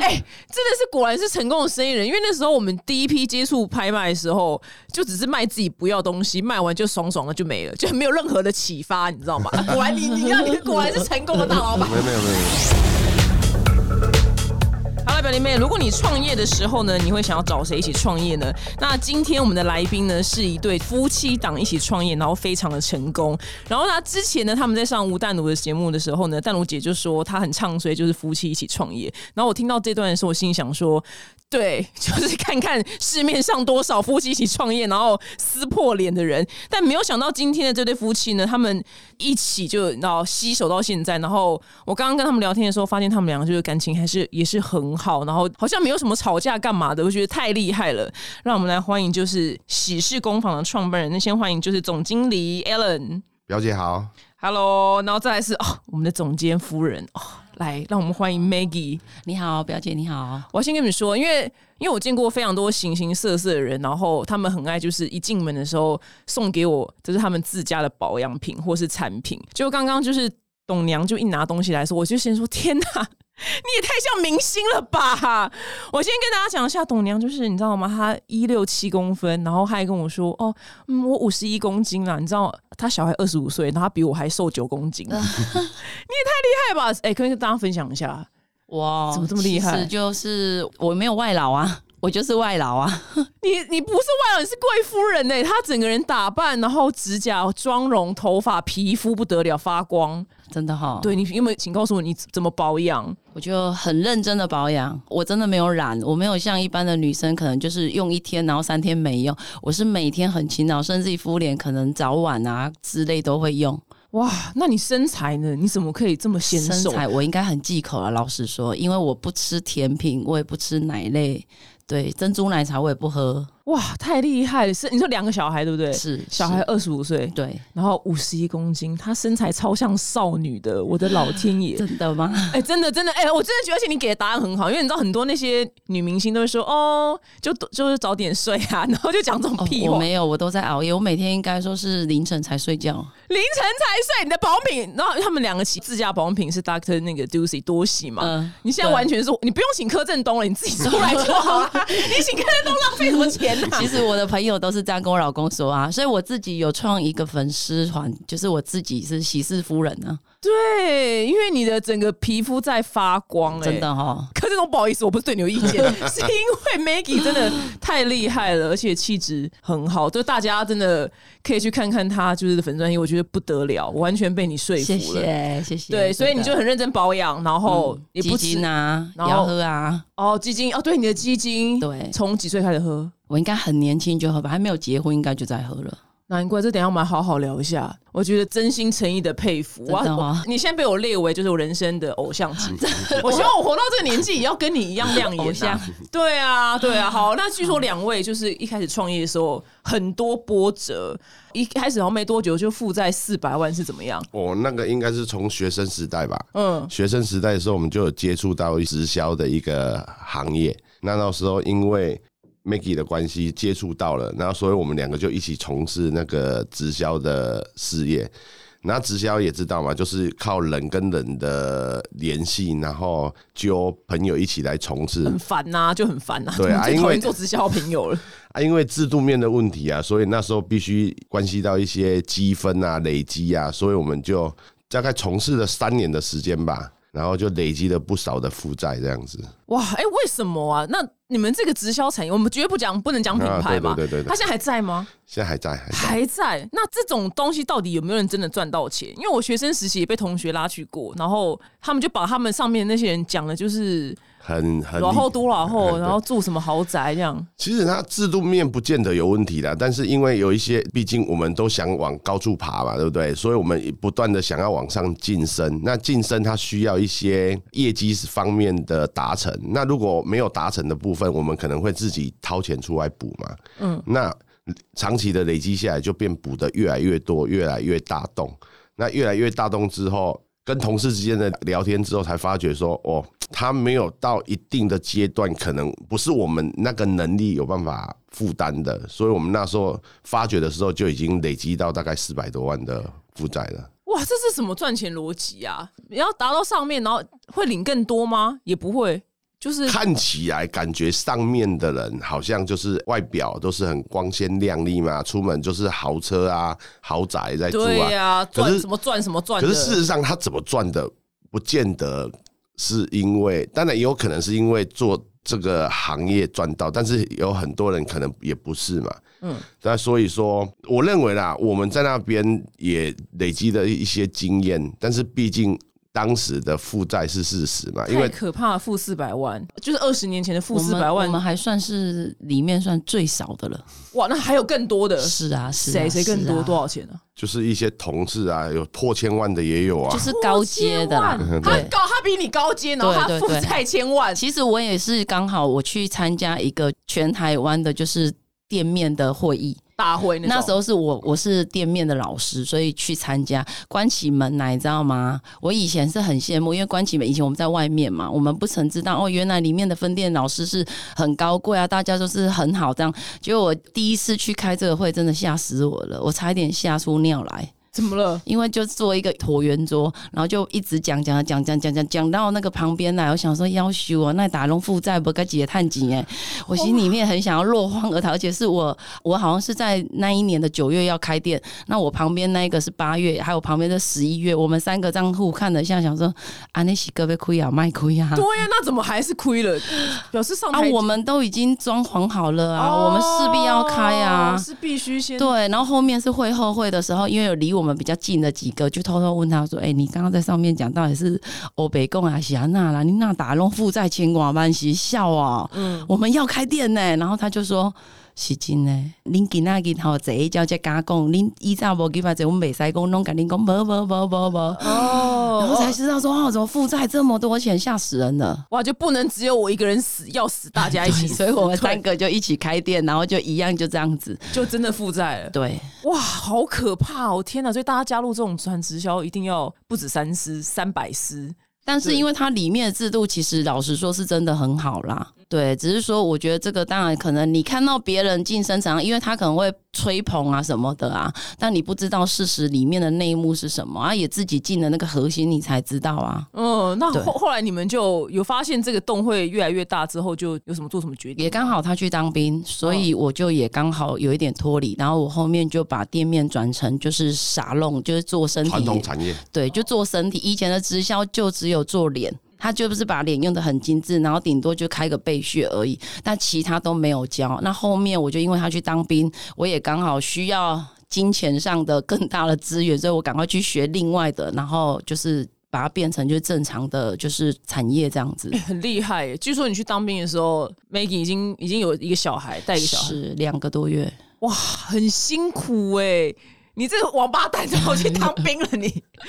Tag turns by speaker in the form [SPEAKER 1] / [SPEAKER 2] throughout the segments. [SPEAKER 1] 哎真的是果然是成功的生意人，因为那时候我们第一批接触拍卖的时候，就只是卖自己不要东西，卖完就爽爽的就没了，就没有任何的启发，你知道吗？ 果然你你看你果然是成功的大老板。
[SPEAKER 2] 没有没有没有，
[SPEAKER 1] 好了，表弟妹，如果你创业的时候呢，你会想要找谁一起创业呢？那今天我们的来宾呢，是一对夫妻档一起创业，然后非常的成功。然后呢，之前呢，他们在上吴淡如的节目的时候呢，淡如姐就说她很唱衰，就是夫妻一起创业。然后我听到这段的时候，我心里想说。对， 就是看看市面上多少夫妻一起创业，然后撕破脸的人。但没有想到今天的这对夫妻呢，他们一起就然后携手到现在。然后我刚刚跟他们聊天的时候，发现他们两个就是感情还是也是很好，然后好像没有什么吵架干嘛的，我觉得太厉害了。让我们来欢迎就是喜事工坊的创办人，那先欢迎就是总经理 Alan。
[SPEAKER 2] 表姐好，
[SPEAKER 1] Hello，然后再来是哦，我们的总监夫人哦，来，让我们欢迎 Maggie。
[SPEAKER 3] 你好，表姐你好。
[SPEAKER 1] 我要先跟你们说，因为因为我见过非常多形形色色的人，然后他们很爱就是一进门的时候送给我，这是他们自家的保养品或是产品。就刚刚就是董娘就一拿东西来说，我就先说天哪，你也太像明星了吧！我先跟大家讲一下，董娘就是你知道吗？她一六七公分，然后她还跟我说哦，嗯，我五十一公斤啦。你知道她小孩二十五岁，然后她比我还瘦九公斤， 你也太厉害吧？哎、可以跟大家分享一下。
[SPEAKER 3] 哇，
[SPEAKER 1] 怎么这么厉害
[SPEAKER 3] 其实就是我没有外劳啊， 我就是外劳啊。
[SPEAKER 1] 你你不是外劳，你是贵夫人呢、她整个人打扮，然后指甲、妆容、头发、皮肤不得了发光。
[SPEAKER 3] 真的哈、，
[SPEAKER 1] 对你有没有？请告诉我你怎么保养？
[SPEAKER 3] 我就很认真的保养，我真的没有染，我没有像一般的女生可能就是用一天，然后三天没用，我是每天很勤劳，甚至于敷脸可能早晚啊之类都会用。
[SPEAKER 1] 哇，那你身材呢？你怎么可以这么纤
[SPEAKER 3] 身
[SPEAKER 1] 瘦？
[SPEAKER 3] 材我应该很忌口了，啊老实说，因为我不吃甜品，我也不吃奶类，对，珍珠奶茶我也不喝，
[SPEAKER 1] 哇，太厉害了！是你说两个小孩对不对？
[SPEAKER 3] 是
[SPEAKER 1] 小孩
[SPEAKER 3] 是
[SPEAKER 1] 二十五岁，
[SPEAKER 3] 对，
[SPEAKER 1] 然后五十一公斤，她身材超像少女的，我的老天爷！
[SPEAKER 3] 真的吗？
[SPEAKER 1] 哎、真的，真的，哎、我真的觉得，而且你给的答案很好，因为你知道很多那些女明星都会说，哦，就就是早点睡啊，然后就讲这种
[SPEAKER 3] 哦
[SPEAKER 1] 屁，话。
[SPEAKER 3] 我没有，我都在熬夜，我每天应该说是凌晨才 睡觉。
[SPEAKER 1] 凌晨才睡，你的保品，然后他们两个起自家保品是 Doctor 那个 Ducy 多喜嘛。
[SPEAKER 3] 嗯
[SPEAKER 1] 你现在
[SPEAKER 3] 对
[SPEAKER 1] 完全是，你不用请柯震东了，你自己出来就好了。你请柯震东浪费什么钱啊呢、
[SPEAKER 3] 其实我的朋友都是这样跟我老公说啊，所以我自己有创一个粉丝团，就是我自己是喜事夫人啊呢、
[SPEAKER 1] 对，因为你的整个皮肤在发光、哎
[SPEAKER 3] 真。的哦哈。
[SPEAKER 1] 柯震东，不好意思，我不是对你有意见， 是因为 Maggie 真的太厉害了，而且气质很好，就大家真的可以去看看她就是粉专业，我觉得不得了，我完全被你说服了。
[SPEAKER 3] 谢嗯谢谢谢，
[SPEAKER 1] 对，所以你就很认真保养，然后也
[SPEAKER 3] 也
[SPEAKER 1] 不
[SPEAKER 3] 不
[SPEAKER 1] 吃
[SPEAKER 3] 吃啊，也
[SPEAKER 1] 然后
[SPEAKER 3] 要喝啊。
[SPEAKER 1] 哦，基金哦，对，你的基金，
[SPEAKER 3] 对
[SPEAKER 1] 从几岁开始喝？
[SPEAKER 3] 我应该很年轻就喝吧，还没有结婚应该就在喝了。
[SPEAKER 1] 难怪，这等一下我们来好好聊一下。我觉得真心诚意的佩服，
[SPEAKER 3] 真的
[SPEAKER 1] 我
[SPEAKER 3] 吗
[SPEAKER 1] 我你现在被我列为就是我人生的偶像级，我希望我活到这个年纪也要跟你一样亮眼、啊。
[SPEAKER 3] 偶像，
[SPEAKER 1] 对啊，对啊。好，那据说两位就是一开始创业的时候很多波折，一开始好像没多久就负债四百万是怎么样？
[SPEAKER 2] 我哦那个应该是从学生时代吧，
[SPEAKER 1] 嗯，
[SPEAKER 2] 学生时代的时候我们就有接触到直销的一个行业，那到时候因为 Maggie 的关系接触到了，然后所以我们两个就一起从事那个直销的事业。那直销也知道嘛，就是靠人跟人的联系，然后揪朋友一起来从事。
[SPEAKER 1] 很烦呐、就很烦呐、
[SPEAKER 2] 对啊
[SPEAKER 1] 最讨
[SPEAKER 2] 因为
[SPEAKER 1] 厌做直销朋友了。
[SPEAKER 2] 啊，因为制度面的问题啊，所以那时候必须关系到一些积分啊、累积啊，所以我们就大概从事了三年的时间吧，然后就累积了不少的负债这样子。
[SPEAKER 1] 哇，哎、为什么啊？那你们这个直销产业，我们绝对不讲，不能讲品牌吧？
[SPEAKER 2] 啊对对对对对
[SPEAKER 1] 他现在还在吗？
[SPEAKER 2] 现在还在，还在。
[SPEAKER 1] 还在。那这种东西到底有没有人真的赚到钱？因为我学生时期也被同学拉去过，然后他们就把他们上面那些人讲的就是
[SPEAKER 2] 很很厉。
[SPEAKER 1] 然后多然后，
[SPEAKER 2] 对
[SPEAKER 1] 然后住什么豪宅这样。
[SPEAKER 2] 其实它制度面不见得有问题啦，但是因为有一些，毕竟我们都想往高处爬嘛，对不对？所以我们不断的想要往上晋升。那晋升它需要一些业绩方面的达成。那如果没有达成的部分，我们可能会自己掏钱出来补嘛。嗯，那长期的累积下来，就变补的越来越多，越来越大洞。那越来越大洞之后，跟同事之间的聊天之后，才发觉说，哦，他没有到一定的阶段，可能不是我们那个能力有办法负担的，所以我们那时候发觉的时候，就已经累积到大概四百多万的负债了。
[SPEAKER 1] 哇，这是什么赚钱逻辑啊？你要达到上面，然后会领更多吗？也不会。就是
[SPEAKER 2] 看起来感觉上面的人好像就是外表都是很光鲜亮丽嘛，出门就是豪车啊、豪宅在住
[SPEAKER 1] 对
[SPEAKER 2] 啊。
[SPEAKER 1] 呀、
[SPEAKER 2] 可
[SPEAKER 1] 赚
[SPEAKER 2] 是
[SPEAKER 1] 什么赚什么赚
[SPEAKER 2] 可
[SPEAKER 1] 的，
[SPEAKER 2] 是事实上，他怎么赚的，不见得是因为，当然也有可能是因为做这个行业赚到，但是有很多人可能也不是嘛。
[SPEAKER 1] 嗯
[SPEAKER 2] 嗯，那所以说，我认为啦，我们在那边也累积了一些经验，但是毕竟当时的负债是事实嘛，因
[SPEAKER 1] 太
[SPEAKER 2] 为
[SPEAKER 1] 可怕了，负四百万，就是二十年前的负
[SPEAKER 3] 我
[SPEAKER 1] 四
[SPEAKER 3] 们
[SPEAKER 1] 百
[SPEAKER 3] 我
[SPEAKER 1] 万，
[SPEAKER 3] 们还算是里面算最少的了。
[SPEAKER 1] 哇，那还有更多的，
[SPEAKER 3] 是啊，是啊
[SPEAKER 1] 呃谁谁更
[SPEAKER 3] 是
[SPEAKER 1] 多
[SPEAKER 3] 啊
[SPEAKER 1] 多少钱呢、
[SPEAKER 2] 就是一些同事啊，有破千万的也有啊，
[SPEAKER 3] 就是高阶的啦
[SPEAKER 1] 破千。万他
[SPEAKER 3] 对
[SPEAKER 1] 高，他比你高阶，然后他
[SPEAKER 3] 对
[SPEAKER 1] 负
[SPEAKER 3] 对对
[SPEAKER 1] 债千万，
[SPEAKER 3] 其实我也是刚好我去参加一个全台湾的，就是店面的会议。
[SPEAKER 1] 大会那
[SPEAKER 3] 那
[SPEAKER 1] 种
[SPEAKER 3] 时候是我我是店面的老师，所以去参加关起门来，你知道吗？我以前是很羡慕，因为关起门以前我们在外面嘛，我们不曾知道哦，原来里面的分店老师是很高贵啊，大家都是很好这样。结果我第一次去开这个会，真的吓死我了，我差一点吓出尿来。
[SPEAKER 1] 怎么了？
[SPEAKER 3] 因为就做一个椭圆桌，然后就一直讲讲讲讲讲讲讲到那个旁边来，我想说要修啊，那打龙负债不该解探紧哎，我心里面很想要落荒而逃，而且是我我好像是在那一年的九月要开店，那我旁边那一个是八月，还有旁边的十一月，我们三个账户看了一下，想说啊那洗胳膊亏啊卖亏啊。
[SPEAKER 1] 对呀、那怎么还是亏 了？表示上
[SPEAKER 3] 啊
[SPEAKER 1] 台，
[SPEAKER 3] 我们都已经装潢好了啊，我们势必要开啊
[SPEAKER 1] 哦。是必须先
[SPEAKER 3] 对，啊然后后面是会后会的时候，因为有离我们比较近的几个，就偷偷问他说：“哎、你刚刚在上面讲到底是欧北贡啊、喜安娜啦，你那打弄负债千寡万喜笑啊、
[SPEAKER 1] 嗯，
[SPEAKER 3] 我们要开店呢、然后他就说。是真呢，恁今仔日头坐一叫才敢讲，恁以前无几把坐，我袂使讲，拢甲恁讲无无无无无，
[SPEAKER 1] 哦，
[SPEAKER 3] 然后才知道说哦，怎么负债这么多钱，吓死人了。
[SPEAKER 1] 哇，就不能只有我一个人死，要死大家一起
[SPEAKER 3] 对
[SPEAKER 1] 死，
[SPEAKER 3] 所以我们
[SPEAKER 1] 对
[SPEAKER 3] 三个就一起开店，然后就一样就这样子。
[SPEAKER 1] 就真的负债了。
[SPEAKER 3] 对，
[SPEAKER 1] 哇，好可怕哦！天哪，所以大家加入这种传直销，一定要不止三思，三百思。
[SPEAKER 3] 但是因为它里面的制度，其实老实说是真的很好啦。对，只是说我觉得这个当然可能你看到别人晋升长，因为他可能会吹捧啊什么的啊，但你不知道事实里面的内幕是什么啊，也自己进了那个核心，你才知道啊。
[SPEAKER 1] 嗯，那
[SPEAKER 3] 对
[SPEAKER 1] 后后来你们就有发现这个洞会越来越大之后，就有什么做什么决定？
[SPEAKER 3] 也刚好他去当兵，所
[SPEAKER 2] 嗯
[SPEAKER 3] 以我就也刚好有一点脱离，然后我后面就把店面转成就是傻弄，就是做身体
[SPEAKER 2] 传统产业。
[SPEAKER 3] 对，就做身体。以前的直销就只有做脸，他就不是把脸用的很精致，然后顶多就开个背穴而已，但其他都没有教。那后面我就因为他去当兵，我也刚好需要金钱上的更大的资源，所以我赶快去学另外的，然后就是。把它变成就是正常的，就是产业这样子，
[SPEAKER 1] 很厉害耶！据说你去当兵的时候，Maggie 已经已经有一个小孩， 带一哎个小孩，
[SPEAKER 3] 是两个多月。
[SPEAKER 1] 哇，很辛苦哎！你这个王八蛋，然后去当兵了你，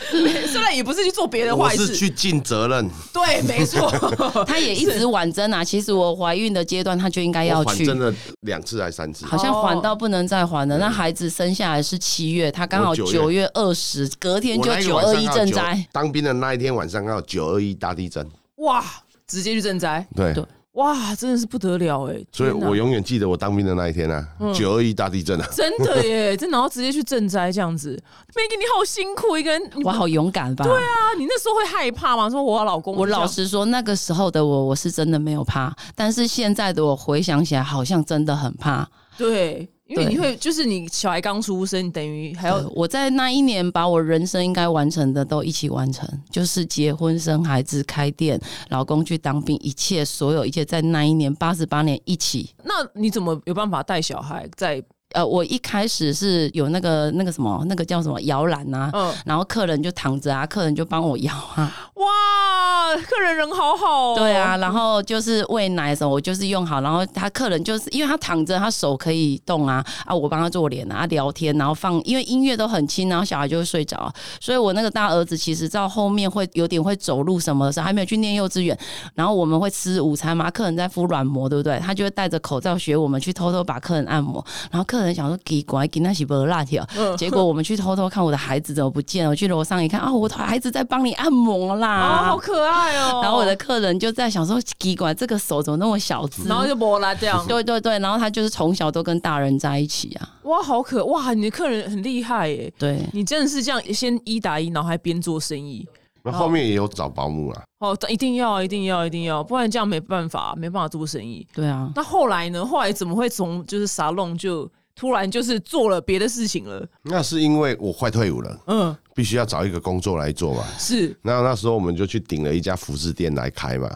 [SPEAKER 1] 虽然也不是去做别的
[SPEAKER 2] 我
[SPEAKER 1] 坏
[SPEAKER 2] 是
[SPEAKER 1] 事，
[SPEAKER 2] 去尽责任，
[SPEAKER 1] 对，没错，
[SPEAKER 3] 她也一直婉贞啊，其实我怀孕的阶段，她就应该要
[SPEAKER 2] 我
[SPEAKER 3] 去，
[SPEAKER 2] 还真的两次还三次，
[SPEAKER 3] 好像还到不能再还了。那孩子生下来是七月，他刚好
[SPEAKER 2] 我九
[SPEAKER 3] 九月二十，隔天
[SPEAKER 2] 我
[SPEAKER 3] 就
[SPEAKER 2] 那一个
[SPEAKER 3] 九
[SPEAKER 2] 晚
[SPEAKER 3] 二
[SPEAKER 2] 上
[SPEAKER 3] 一
[SPEAKER 2] 刚好
[SPEAKER 3] 震
[SPEAKER 2] 九
[SPEAKER 3] 灾。
[SPEAKER 2] 当兵的那一天晚上刚好九二一大地震，
[SPEAKER 1] 哇，直接去赈灾，
[SPEAKER 2] 对
[SPEAKER 3] 对
[SPEAKER 1] 哇，真的是不得了哎！
[SPEAKER 2] 所以
[SPEAKER 1] 天哪
[SPEAKER 2] 我永远记得我当兵的那一天啊，
[SPEAKER 3] 嗯
[SPEAKER 2] 九二一大地震
[SPEAKER 3] 哦
[SPEAKER 2] 啊，
[SPEAKER 1] 真的 耶，真的然后直接去赈灾这样子，Maggie 你好辛苦一个人，你
[SPEAKER 3] 我好勇敢吧！对啊，
[SPEAKER 1] 啊，你那时候会害怕吗？说我老公，
[SPEAKER 3] 我老实说，那个时候的我，我是真的没有怕。但是现在的我回想起来，好像真的很怕。
[SPEAKER 1] 对，因为
[SPEAKER 3] 对
[SPEAKER 1] 你会就是你小孩刚出生，你等于还要
[SPEAKER 3] 对哎我在那一年把我人生应该完成的都一起完成，就是结婚、生孩子、开店、老公去当兵，一切所有一切在那一年八十八年一起。
[SPEAKER 1] 那你怎么有办法带小孩在
[SPEAKER 3] 呃，我一开始是有那个那个什么，那个叫什么摇篮啊，
[SPEAKER 1] 嗯
[SPEAKER 3] 然后客人就躺着啊，客人就帮我摇啊，
[SPEAKER 1] 哇，客人人好好、哦，
[SPEAKER 3] 对啊，然后就是喂奶的时候，我就是用好，然后他客人就是因为他躺着，他手可以动啊啊，我帮他做脸啊，啊聊天，然后放因为音乐都很轻，然后小孩就会睡着啊、所以我那个大儿子其实到后面会有点会走路什么的时候，还没有去念幼稚园，然后我们会吃午餐嘛，客人在敷软膜，对不对？他就会戴着口罩学我们去偷偷把客人按摩，然后客人想说给乖给那些不辣条，
[SPEAKER 1] 嗯
[SPEAKER 3] 结果我们去偷偷看我的孩子怎么不见了，我去楼上一看啊，我的孩子在帮你按摩
[SPEAKER 1] 啊，
[SPEAKER 3] 啦
[SPEAKER 1] 好。可爱哦。
[SPEAKER 3] 然后我的，客人就在想说，奇怪，这个手怎么那么小只？
[SPEAKER 1] 然后就没啦这样，
[SPEAKER 3] 对对对，然后他就是从小都跟大人在一起啊。
[SPEAKER 1] 哇，好可哇，你的客人很厉害耶。
[SPEAKER 3] 对，
[SPEAKER 1] 你真的是这样，先一打一，然后还边做生意，
[SPEAKER 2] 那后面也有找保姆啊啦，
[SPEAKER 1] 哦，一定要，一定要，一定要，不然这样没办法，没办法做生意。
[SPEAKER 3] 对啊，
[SPEAKER 1] 那后来呢？后来怎么会从就是沙龙就突然就是做了别的事情了？
[SPEAKER 2] 那是因为我快退伍了，
[SPEAKER 1] 嗯，
[SPEAKER 2] 必须要找一个工作来做嘛。
[SPEAKER 1] 是
[SPEAKER 2] 那那时候我们就去顶了一家服饰店来开嘛。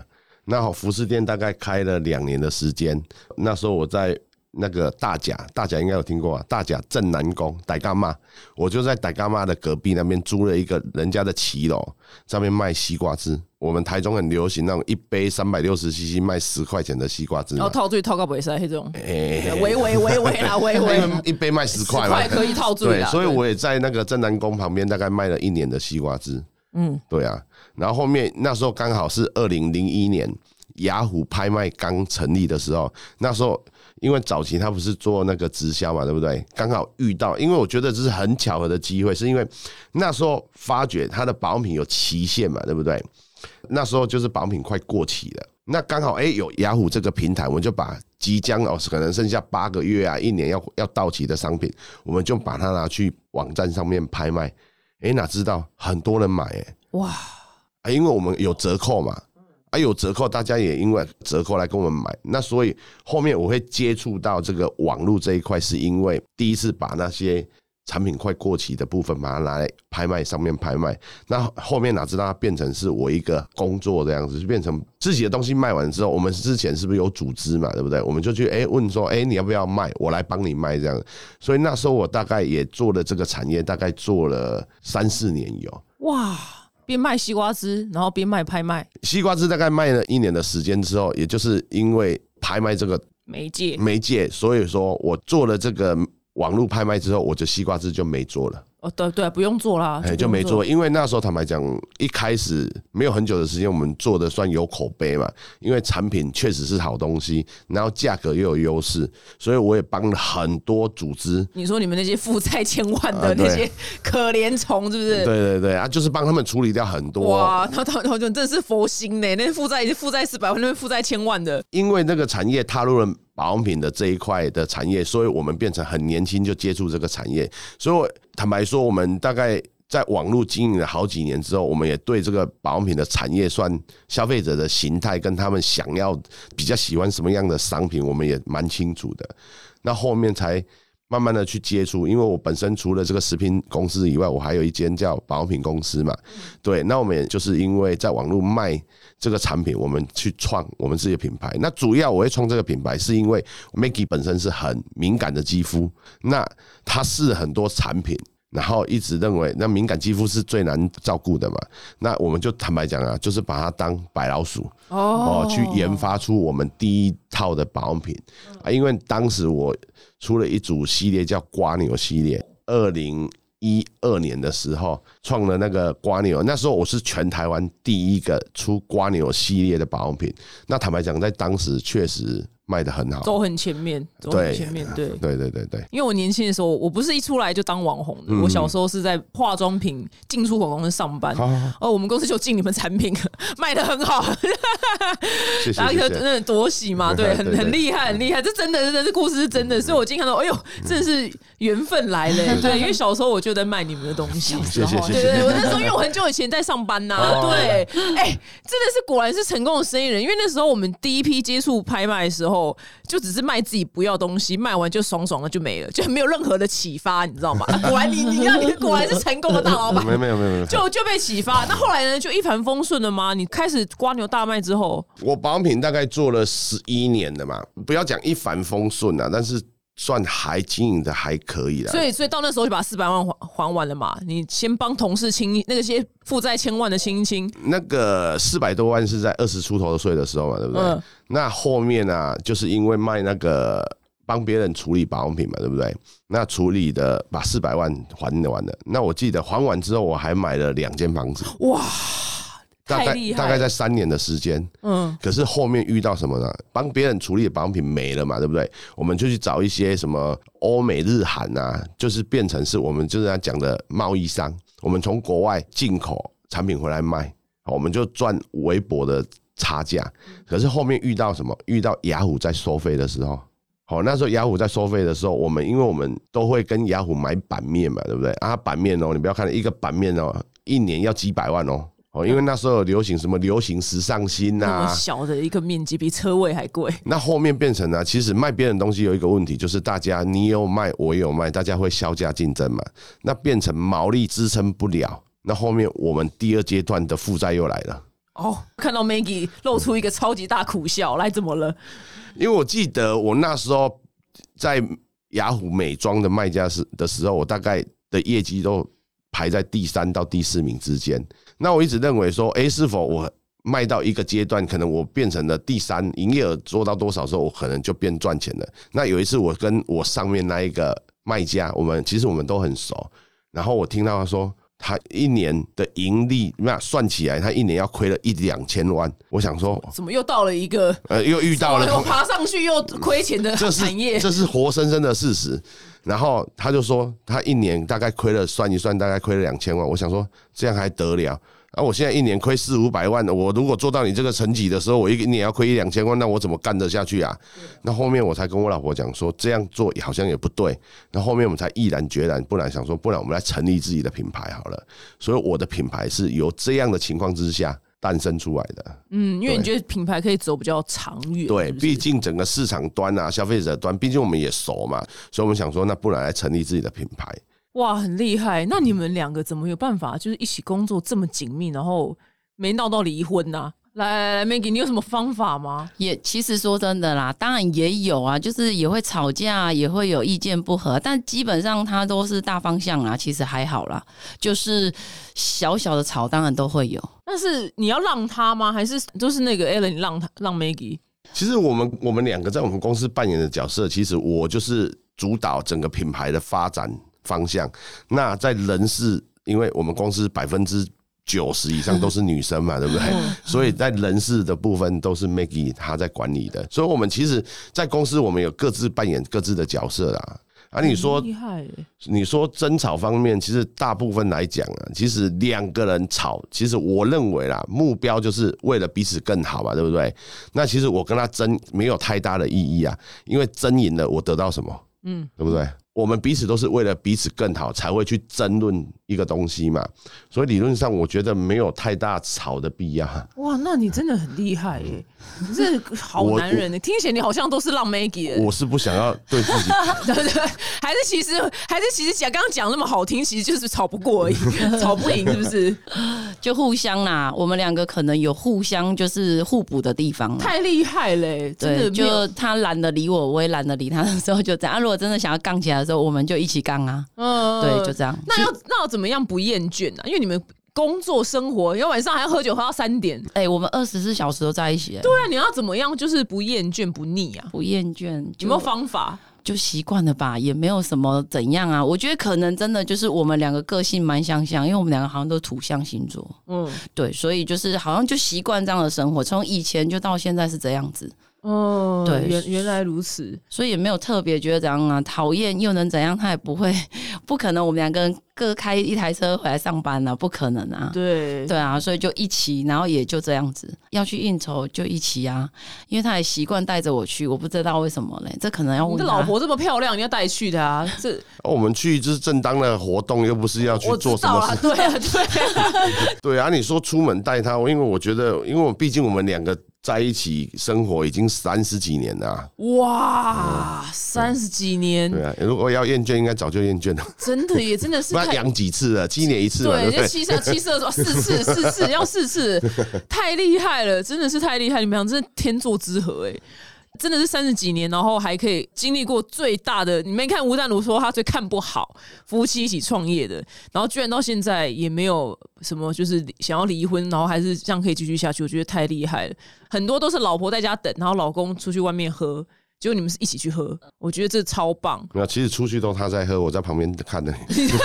[SPEAKER 2] 那好，服饰店大概开了两年的时间。那时候我在那个大甲，大甲应该有听过啊，大甲镇南宫傣干妈，我就在傣干妈的隔壁那边租了一个人家的骑楼，上面卖西瓜汁。我们台中很流行那种一杯三百六十 CC 卖十块钱的西瓜汁
[SPEAKER 1] 然
[SPEAKER 2] 嘛
[SPEAKER 1] 后，套醉套高不会塞这种，
[SPEAKER 2] 哎、
[SPEAKER 1] 喂喂喂喂啦，喂喂，
[SPEAKER 2] 因为一杯卖十块
[SPEAKER 1] 十
[SPEAKER 2] 嘛
[SPEAKER 1] 块，可以套醉
[SPEAKER 2] 对，
[SPEAKER 1] 啦。
[SPEAKER 2] 所以我也在那个正南宫旁边，大概卖了一年的西瓜汁。
[SPEAKER 1] 嗯，
[SPEAKER 2] 对啊。然后后面那时候刚好是二零零一年，雅虎拍卖刚成立的时候，那时候因为早期他不是做那个直销嘛，对不对？刚好遇到，因为我觉得这是很巧合的机会，是因为那时候发觉它的保品有期限嘛，对不对？那时候就是保品快过期了。那刚好哎、诶有雅虎这个平台，我们就把即将哦可能剩下八个月啊一年要要到期的商品，我们就把它拿去网站上面拍卖。哎、哪知道很多人买哎、诶
[SPEAKER 1] 哇，
[SPEAKER 2] 啊，因为我们有折扣嘛，啊有折扣，大家也因为折扣来跟我们买。那所以后面我会接触到这个网络这一块，是因为第一次把那些产品快过期的部分把它拿来拍卖上面拍卖。那后面哪知道它变成是我一个工作这样子，就变成自己的东西卖完之后，我们之前是不是有组织嘛，对不对？我们就去哎、问说，哎、你要不要卖？我来帮你卖这样。所以那时候我大概也做了这个产业，大概做了三四年有。
[SPEAKER 1] 哇，边卖西瓜汁，然后边卖拍卖
[SPEAKER 2] 西瓜汁大概卖了一年的时间之后，也就是因为拍卖这个
[SPEAKER 1] 媒介。
[SPEAKER 2] 媒介，所以说我做了这个网络拍卖之后，我就西瓜汁就没做了，
[SPEAKER 1] 哦，对对，不用做啦，
[SPEAKER 2] 哎，
[SPEAKER 1] 不
[SPEAKER 2] 就
[SPEAKER 1] 用
[SPEAKER 2] 没做。。因为那时候坦白讲，一开始没有很久的时间，我们做的算有口碑嘛，因为产品确实是好东西，然后价格又有优势，所以我也帮了很多组织
[SPEAKER 1] 你说你们那些负债千万的
[SPEAKER 2] 啊对
[SPEAKER 1] 那些可怜虫，是不是？
[SPEAKER 2] 对对对啊，就是帮他们处理掉很多
[SPEAKER 1] 哇，那他他就真的是佛心呢，那负债已经负债四百万，那边负债千万的，
[SPEAKER 2] 因为那个产业踏入了保养品的这一块的产业，所以我们变成很年轻就接触这个产业。所以我坦白说，我们大概在网络经营了好几年之后，我们也对这个保养品的产业算消费者的形态跟他们想要比较喜欢什么样的商品，我们也蛮清楚的。那后面才。慢慢的去接触，因为我本身除了这个食品公司以外，我还有一间叫保养品公司嘛。对，那我们也就是因为在网络卖这个产品，我们去创我们自己的品牌。那主要我会创这个品牌，是因为 Maggie 本身是很敏感的肌肤，那她试了很多产品。然后一直认为那敏感肌肤是最难照顾的嘛，那我们就坦白讲啊，就是把它当白老鼠，
[SPEAKER 1] 哦
[SPEAKER 2] 哦，去研发出我们第一套的保养品
[SPEAKER 1] 嗯
[SPEAKER 2] 啊，因为当时我出了一组系列叫瓜牛系列，二零一二年的时候创了那个瓜牛，那时候我是全台湾第一个出瓜牛系列的保养品，那坦白讲，在当时确实卖得很好，
[SPEAKER 1] 走很前面，走很
[SPEAKER 2] 对，
[SPEAKER 1] 前面，对。
[SPEAKER 2] 对对对对，
[SPEAKER 1] 因为我年轻的时候，我不是一出来就当网红的。
[SPEAKER 2] 嗯
[SPEAKER 1] 我小时候是在化妆品进出口公司上班，哦，我们公司就进你们产品， 卖的很 好，
[SPEAKER 2] 谢谢
[SPEAKER 1] 然后
[SPEAKER 2] 谢
[SPEAKER 1] 就
[SPEAKER 2] 谢。
[SPEAKER 1] 那多喜嘛，对，很
[SPEAKER 2] 对对
[SPEAKER 1] 很厉害，很厉害，这真的，这这故事是真的，所以我经常说，哎呦，真的是缘分来了、 对，因为小时候我就在卖你们的东西，
[SPEAKER 2] 谢谢谢
[SPEAKER 1] 对
[SPEAKER 2] 谢，
[SPEAKER 1] 对，我那时候因为我很久以前在上班呐、
[SPEAKER 2] 哦
[SPEAKER 1] 对，哎、真的是果然是成功的生意人，因为那时候我们第一批接触拍卖的时候，就只是卖自己不要东西，卖完就爽爽的就没了，就 没有任何的启发，你知道吗？啊果然你你让你果然是成功的大老板
[SPEAKER 2] 没。有没有没有没有，
[SPEAKER 1] 就就被启发，那后来呢？就一帆风顺了吗？你开始瓜牛大卖之后，
[SPEAKER 2] 我保养品大概做了十一年的嘛，不要讲一帆风顺啊，但是算还经营的还可以啦。
[SPEAKER 1] 所以所以到那时候就把四百万还还完了嘛。你先帮同事清一那个些负债千万的清一清，
[SPEAKER 2] 那个四百多万是在二十出头的岁的时候嘛，对不对？
[SPEAKER 1] 嗯
[SPEAKER 2] 那后面啊，就是因为卖那个帮别人处理保养品嘛，对不对？那处理的把四百万还完了。那我记得还完之后，我还买了两间房子，
[SPEAKER 1] 哇，
[SPEAKER 2] 大
[SPEAKER 1] 太
[SPEAKER 2] 概
[SPEAKER 1] 厉害了！
[SPEAKER 2] 大概在三年的时间。
[SPEAKER 1] 嗯，
[SPEAKER 2] 可是后面遇到什么呢？帮别人处理的保养品没了嘛，对不对？我们就去找一些什么欧美日韩啊，就是变成是我们就是要讲的贸易商，我们从国外进口产品回来卖，好我们就赚微薄的差价。
[SPEAKER 1] 嗯
[SPEAKER 2] 可是后面遇到什么？遇到雅虎在收费的时候。好，那时候雅虎在收费的时候，我们因为我们都会跟雅虎买版面嘛，对不对？啊，版面哦，你不要看一个版面哦，一年要几百万哦，哦，因为那时候有流行什么流行时尚新呐、
[SPEAKER 1] 嗯
[SPEAKER 2] 啊
[SPEAKER 1] 那么小的一个面积，比车位还贵。
[SPEAKER 2] 那后面变成了、其实卖别人的东西有一个问题，就是大家你有卖，我也有卖，大家会销价竞争嘛，那变成毛利支撑不了。那后面我们第二阶段的负债又来了，
[SPEAKER 1] 哦，看到 Maggie 露出一个超级大苦笑，来怎么了？
[SPEAKER 2] 因为我记得我那时候在雅虎美妆的卖家时的时候，我大概的业绩都排在第三到第四名之间。那我一直认为说，诶，是否我卖到一个阶段，可能我变成了第三，营业额做到多少时候，我可能就变赚钱了。那有一次，我跟我上面那一个卖家，我们其实我们都很熟，然后我听到他说。他一年的盈利，那算起来，他一年要亏了一两千万。我想说，
[SPEAKER 1] 怎么又到了一个
[SPEAKER 2] 呃，又遇到了
[SPEAKER 1] 又
[SPEAKER 2] 同
[SPEAKER 1] 爬上去又亏钱的
[SPEAKER 2] 这是
[SPEAKER 1] 产业？
[SPEAKER 2] 这是活生生的事实。然后他就说，他一年大概亏了，算一算大概亏了两千万。我想说，这样还得了？啊，我现在一年亏四五百万，我如果做到你这个层级的时候，我一年要亏一两千万，那我怎么干得下去啊？那后面我才跟我老婆讲说，这样做好像也不对。然后后面我们才毅然决然，不然想说，不然我们来成立自己的品牌好了。所以我的品牌是由这样的情况之下诞生出来的。
[SPEAKER 1] 嗯，因为
[SPEAKER 2] 对
[SPEAKER 1] 你觉得品牌可以走比较长远，
[SPEAKER 2] 对
[SPEAKER 1] 是，不是
[SPEAKER 2] 毕竟整个市场端啊，消费者端，毕竟我们也熟嘛，所以我们想说，那不然来成立自己的品牌。
[SPEAKER 1] 哇，很厉害。那你们两个怎么有办法就是一起工作这么紧密，然后没闹到离婚呐、来来来，Maggie，你有什么方法吗？
[SPEAKER 3] 也其实说真的啦，当然也有啊，就是也会吵架，也会有意见不合，但基本上它都是大方向啦，其实还好啦，就是小小的吵，当然都会有。
[SPEAKER 1] 但是你要让他吗？还是就是那个 Alan 你让他让 Maggie？
[SPEAKER 2] 其实我们我们两个在我们公司扮演的角色，其实我就是主导整个品牌的发展方向。那在人事，因为我们公司百分之九十以上都是女 生嘛，对不对？
[SPEAKER 1] 嗯
[SPEAKER 2] 所以在人事的部分都是 Maggie 她在管理的。所以我们其实，在公司我们有各自扮演各自的角色啦。啊，你说
[SPEAKER 1] 很厉害耶、
[SPEAKER 2] 你说争吵方面，其实大部分来讲啊，其实两个人吵，其实我认为啦，目标就是为了彼此更好嘛，对不对？那其实我跟他争没有太大的意义啊，因为争赢了，我得到什么？嗯，对不对？我们彼此都是为了彼此更好才会去争论一个东西嘛，所以理论上我觉得没有太大吵的必要。啊
[SPEAKER 1] 哇，那你真的很厉害 耶、你这好
[SPEAKER 2] 我
[SPEAKER 1] 男人、欸，听起来你好像都是让 Maggie 的。
[SPEAKER 2] 我是不想要对自 己
[SPEAKER 1] 对对，还是其实还是其实讲刚刚讲那么好听，其实就是吵不 过而已，吵不赢是不是？
[SPEAKER 3] 就互相啦，我们两个可能有互相就是互补的地方啦。
[SPEAKER 1] 太厉害嘞、真
[SPEAKER 3] 对，
[SPEAKER 1] 的没有
[SPEAKER 3] 就他懒得理我，我也懒得理他的时候就这样。啊、如果真的想要杠起来的时候，我们就一起杠啊。
[SPEAKER 1] 嗯
[SPEAKER 3] 对，就这样。
[SPEAKER 1] 那要那要怎么样不厌倦呢、啊？因为你们工作生活，因为晚上还要喝酒喝到三点，
[SPEAKER 3] 哎、我们二十四小时都在一起、哎
[SPEAKER 1] 不然你要怎么样就是不厌倦不腻啊？
[SPEAKER 3] 不厌倦，
[SPEAKER 1] 有
[SPEAKER 3] 就
[SPEAKER 1] 没有方法？
[SPEAKER 3] 就习惯了吧，也没有什么怎样啊。我觉得可能真的就是我们两个个性蛮相像，因为我们两个好像都土象星座，
[SPEAKER 1] 嗯
[SPEAKER 3] 对，所以就是好像就习惯这样的生活，从以前就到现在是这样子，
[SPEAKER 1] 哦，
[SPEAKER 3] 对
[SPEAKER 1] 原原来如此。
[SPEAKER 3] 所以也没有特别觉得怎样啊，讨厌又能怎样？他也不会， 不可能我们两个人各开一台车回来上班啊，不可能啊。
[SPEAKER 1] 对
[SPEAKER 3] 对啊，所以就一起，然后也就这样子，要去应酬就一起啊，因为他也习惯带着我去，我不知道为什么嘞，这可能要
[SPEAKER 1] 你
[SPEAKER 3] 问
[SPEAKER 1] 的
[SPEAKER 3] 他。
[SPEAKER 1] 老婆这么漂亮，你要带去的啊？这
[SPEAKER 2] 哦，我们去就是正当的活动，又不是要去
[SPEAKER 1] 我
[SPEAKER 2] 做
[SPEAKER 1] 知
[SPEAKER 2] 什
[SPEAKER 1] 道
[SPEAKER 2] 么事
[SPEAKER 1] 啊，对啊，对啊，
[SPEAKER 2] 对啊，你说出门带他，因为我觉得，因为我毕竟我们两个在一起生活已经三十几年了啊、
[SPEAKER 1] 哇，三十几年，
[SPEAKER 2] 啊对啊，如果要厌倦，应该早就厌倦了，
[SPEAKER 1] 真的也真的是
[SPEAKER 2] 不 然
[SPEAKER 1] 太
[SPEAKER 2] 养几次了，七年一次嘛，对
[SPEAKER 1] 对，
[SPEAKER 2] 不
[SPEAKER 1] 就
[SPEAKER 2] 对？
[SPEAKER 1] 七 十七十二说四次四次要四次，太厉害了，真的是太厉害！你们俩真的天作之合哎、真的是三十几年，然后还可以经历过最大的。你没看吴淡如说他最看不好夫妻一起创业的，然后居然到现在也没有什么就是想要离婚，然后还是这样可以继续下去，我觉得太厉害了。很多都是老婆在家等，然后老公出去外面喝，结果你们是一起去喝，我觉得这超棒。
[SPEAKER 2] 那其实出去都他在喝，我在旁边看的。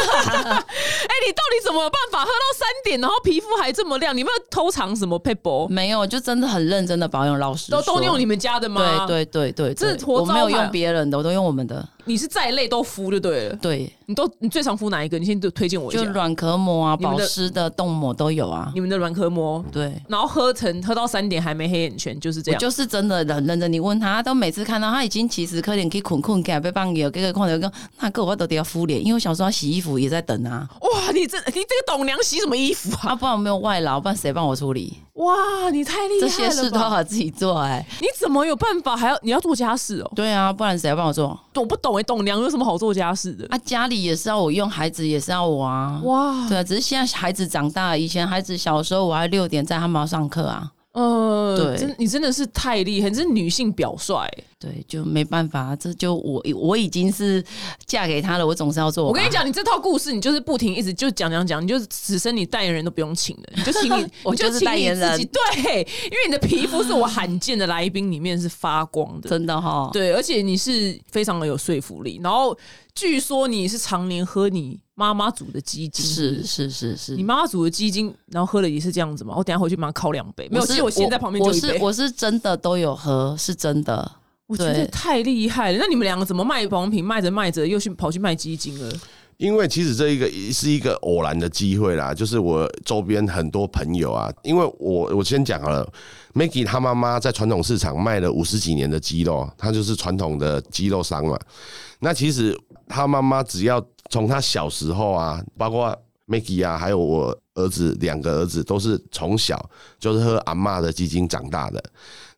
[SPEAKER 1] 哎、你到底怎么有办法喝到三点，然后皮肤还这么亮？你有没有偷藏什么 paper？
[SPEAKER 3] 没有，就真的很认真的保养。老师
[SPEAKER 1] 都都用你们家的吗？
[SPEAKER 3] 对，对对对，
[SPEAKER 1] 这
[SPEAKER 3] 对
[SPEAKER 1] 是活
[SPEAKER 3] 我没有
[SPEAKER 1] 招牌
[SPEAKER 3] 用别人的，我都用我们的。
[SPEAKER 1] 你是再累都敷就对了。
[SPEAKER 3] 对，
[SPEAKER 1] 你都你最常敷哪一个？你先推荐我一
[SPEAKER 3] 就
[SPEAKER 1] 下。
[SPEAKER 3] 软壳膜啊、
[SPEAKER 1] 你们
[SPEAKER 3] 保
[SPEAKER 1] 的
[SPEAKER 3] 湿的、冻膜都有啊。
[SPEAKER 1] 你们的软壳膜，
[SPEAKER 3] 对，
[SPEAKER 1] 然后喝成喝到三点还没黑眼圈，就是这
[SPEAKER 3] 我
[SPEAKER 1] 样。
[SPEAKER 3] 就是真的很认真。你问他，他都每次看到他已经其实可能可以捆捆起来，被放有给个看到个那个我都得要敷脸，因为我想说他洗衣服也在等啊。
[SPEAKER 1] 哇，你这你这个董娘洗什么衣服啊？
[SPEAKER 3] 啊，不然我没有外劳，不然谁帮我处理？
[SPEAKER 1] 哇，你太厉害了！
[SPEAKER 3] 这些事都要自己做哎、
[SPEAKER 1] 你怎么有办法还要你要做家事哦？
[SPEAKER 3] 对啊，不然谁要帮我做？
[SPEAKER 1] 我不懂哎、董娘有什么好做家事的？
[SPEAKER 3] 啊，家里也是要我用，孩子也是要我啊。
[SPEAKER 1] 哇，
[SPEAKER 3] 对啊，只是现在孩子长大了，以前孩子小时候我还六点载他们要上课啊。
[SPEAKER 1] 呃，
[SPEAKER 3] 对
[SPEAKER 1] 真你真的是太厉害，你是女性表率。欸
[SPEAKER 3] 对，就没办法，这就我我已经是嫁给他了，我总是要做。
[SPEAKER 1] 我跟你，讲，你这套故事，你就是不停一直就讲讲讲，你就此生你代言人都不用请了，你就请你，
[SPEAKER 3] 我
[SPEAKER 1] 你
[SPEAKER 3] 就
[SPEAKER 1] 请
[SPEAKER 3] 是
[SPEAKER 1] 你
[SPEAKER 3] 代言人
[SPEAKER 1] 自己对，因为你的皮肤是我罕见的来宾里面是发光的，
[SPEAKER 3] 真的哈、
[SPEAKER 1] 对，而且你是非常的有说服力。然后据说你是常年喝你妈妈煮的鸡精，
[SPEAKER 3] 是是是是
[SPEAKER 1] 你。妈妈煮的鸡精，然后喝了也是这样子嘛？我等一下回去帮她烤两杯，没有，
[SPEAKER 3] 我是
[SPEAKER 1] 其实我现在旁边
[SPEAKER 3] 我
[SPEAKER 1] 就一
[SPEAKER 3] 是
[SPEAKER 1] 杯。
[SPEAKER 3] 我是真的都有喝，是真的。
[SPEAKER 1] 我觉得
[SPEAKER 3] 对
[SPEAKER 1] 太厉害了！那你们两个怎么卖保养品，卖着卖着又去跑去卖鸡精了？
[SPEAKER 2] 因为其实这一个是一个偶然的机会啦，就是我周边很多朋友啊，因为我我先讲好了，Maggie 她妈妈在传统市场卖了五十几年的鸡肉，她就是传统的鸡肉商嘛。那其实她妈妈只要从她小时候啊，包括 Maggie 啊，还有我儿子两个儿子都是从小就是喝阿嬷的鸡精长大的。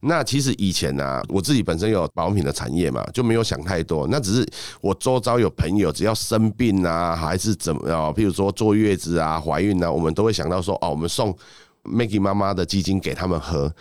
[SPEAKER 2] 那其实以前呢、啊，我自己本身有保养品的产业嘛，就没有想太多。那只是我周遭有朋友只要生病啊，还是怎么哦，譬如说坐月子啊、怀孕啊，我们都会想到说，哦，我们送 Maggie 妈妈的鸡精给他们喝。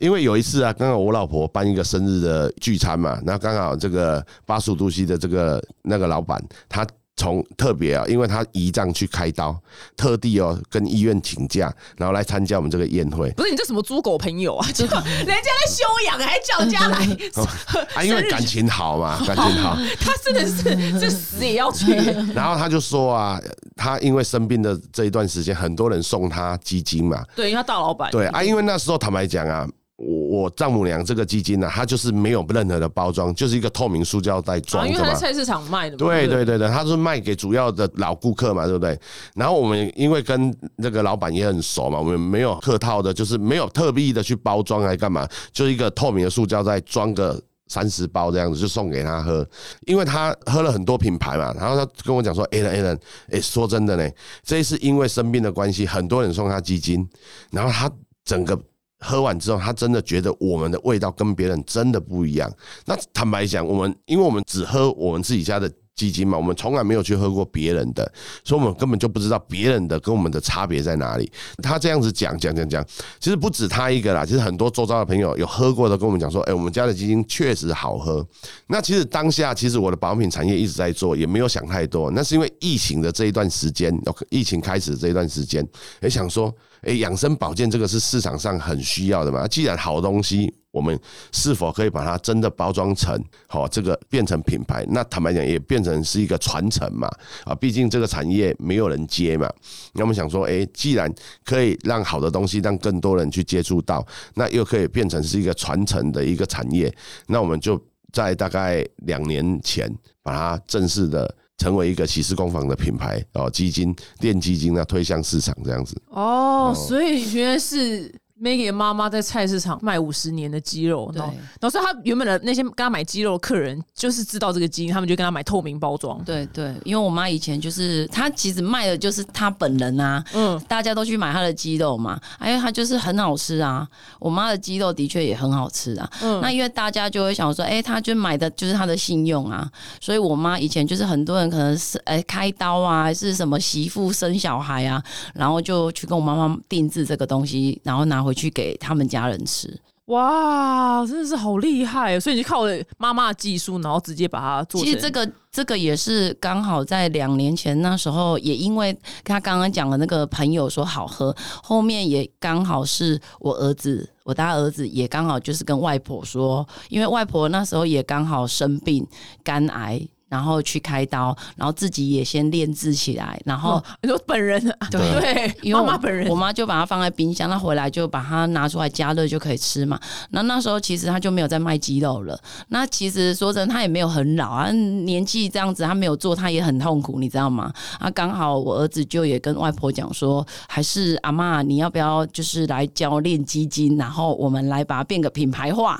[SPEAKER 2] 因为有一次啊，刚好我老婆办一个生日的聚餐嘛，那刚好这个八十五度 C 的这个那个老板，他从特别啊，因为他胰脏去开刀，特地哦跟医院请假，然后来参加我们这个宴会。
[SPEAKER 1] 不是你这什么猪狗朋友啊？ 就人家在休养，还叫人家来
[SPEAKER 2] 啊，因为感情好嘛，感情好，
[SPEAKER 1] 他真的是这死也 要去。
[SPEAKER 2] 然后他就说啊，他因为生病的这一段时间，很多人送他基金嘛，
[SPEAKER 1] 哎对，因为他大老板，
[SPEAKER 2] 对啊，因为那时候坦白讲啊，我我丈母娘这个基金呢、啊，它就是没有任何的包装，就是一个透明塑胶袋
[SPEAKER 1] 啊，
[SPEAKER 2] 装
[SPEAKER 1] 因为
[SPEAKER 2] 的
[SPEAKER 1] 他在
[SPEAKER 2] 嘛。
[SPEAKER 1] 菜市场卖的嘛。
[SPEAKER 2] 对
[SPEAKER 1] 不
[SPEAKER 2] 对对对，他是卖给主要的老顾客嘛，对不对？然后我们因为跟那个老板也很熟嘛，我们没有客套的，就是没有特意的去包装来干嘛，就是一个透明的塑胶袋装个三十包这样子就送给他喝，因为他喝了很多品牌嘛，然后他跟我讲说，Alan Alan，哎、欸说真的呢，这一次因为生病的关系，很多人送他鸡精，然后他整个。喝完之后，他真的觉得我们的味道跟别人真的不一样。那坦白讲，我们因为我们只喝我们自己家的鸡精嘛，我们从来没有去喝过别人的，所以我们根本就不知道别人的跟我们的差别在哪里。他这样子讲讲讲讲，其实不止他一个啦，其实很多周遭的朋友有喝过的跟我们讲说，哎、我们家的鸡精确实好喝。那其实当下，其实我的保养品产业一直在做，也没有想太多。那是因为疫情的这一段时间，哦疫情开始的这一段时间，也想说，哎、养生保健这个是市场上很需要的嘛。既然好东西，我们是否可以把它真的包装成好、这个变成品牌？那坦白讲，也变成是一个传承嘛。啊，毕竟这个产业没有人接嘛。那我们想说，哎、既然可以让好的东西让更多人去接触到，那又可以变成是一个传承的一个产业，那我们就在大概两年前把它正式的成为一个喜事工坊的品牌哦，基金电基金呢推向市场这样子。
[SPEAKER 1] 对哦，所以原来是 Maggie 的妈妈在菜市场卖五十年的鸡肉，然后
[SPEAKER 3] 对
[SPEAKER 1] 然后所以他原本的那些跟他买鸡肉的客人，就是知道这个鸡精，他们就跟他买透明包装。
[SPEAKER 3] 对对，因为我妈以前就是她其实卖的就是她本人啊，
[SPEAKER 1] 嗯，
[SPEAKER 3] 大家都去买她的鸡肉嘛，因为她就是很好吃啊。我妈的鸡肉的确也很好吃啊。
[SPEAKER 1] 嗯
[SPEAKER 3] 那因为大家就会想说，哎、她就买的就是她的信用啊，所以我妈以前就是很多人可能是哎、开刀啊，还是什么媳妇生小孩啊，然后就去跟我妈妈定制这个东西，然后拿回去给他们家人吃。
[SPEAKER 1] 哇，真的是好厉害哦！所以你就靠了妈妈的技术，然后直接把它做成。
[SPEAKER 3] 其实这个这个也是刚好在两年前那时候，也因为他刚刚讲的那个朋友说好喝，后面也刚好是我儿子，我大儿子也刚好就是跟外婆说，因为外婆那时候也刚好生病肝癌。然后去开刀，然后自己也先练字起来，然后
[SPEAKER 1] 哦， 你说本人啊
[SPEAKER 2] 对
[SPEAKER 1] 对，
[SPEAKER 3] 因为
[SPEAKER 1] 妈
[SPEAKER 3] 我
[SPEAKER 1] 妈本人
[SPEAKER 3] 我妈就把它放在冰箱，她回来就把它拿出来加热就可以吃嘛。那那时候其实她就没有在卖鸡肉了。那其实说真的，她也没有很老啊，年纪这样子，她没有做，她也很痛苦，你知道吗？啊，刚好我儿子就也跟外婆讲说，还是阿妈，你要不要就是来教练基金，然后我们来把它变个品牌化。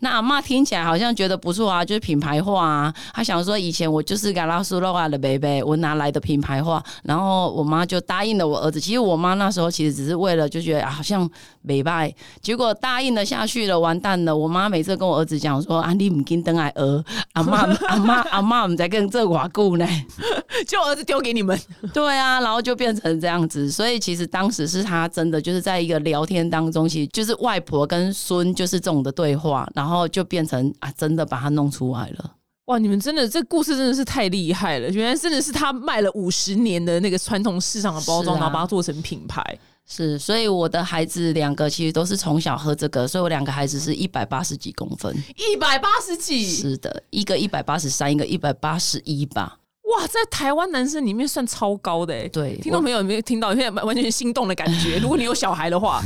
[SPEAKER 3] 那阿嬷听起来好像觉得不错啊，就是品牌化啊。她想说以以前我就是嘎拉苏洛啊瓦的 baby，我拿来的品牌化，然后我妈就答应了我儿子。其实我妈那时候其实只是为了就觉得、啊、好像美拜，结果答应了下去了，完蛋了。我妈每次跟我儿子讲说：“啊，你唔跟登来儿，阿妈阿妈阿妈唔在跟这寡顾呢。”
[SPEAKER 1] 就儿子丢给你们，
[SPEAKER 3] 对啊，然后就变成这样子，所以其实当时是他真的就是在一个聊天当中，其实就是外婆跟孙就是这种的对话，然后就变成啊，真的把他弄出来了。
[SPEAKER 1] 哇，你们真的这故事真的是太厉害了！原来真的是他卖了五十年的那个传统市场的包装，
[SPEAKER 3] 是啊
[SPEAKER 1] 然后把它做成品牌。
[SPEAKER 3] 是，所以我的孩子两个其实都是从小喝这个，所以我两个孩子是一百八十几公分。
[SPEAKER 1] 一百八十几，
[SPEAKER 3] 是的，一个一百八十三，一个一百八十一吧。
[SPEAKER 1] 哇，在台湾男生里面算超高的哎、
[SPEAKER 3] 对
[SPEAKER 1] 听众朋友有没有听到？现在完全心动的感 觉。如果你有小孩的话，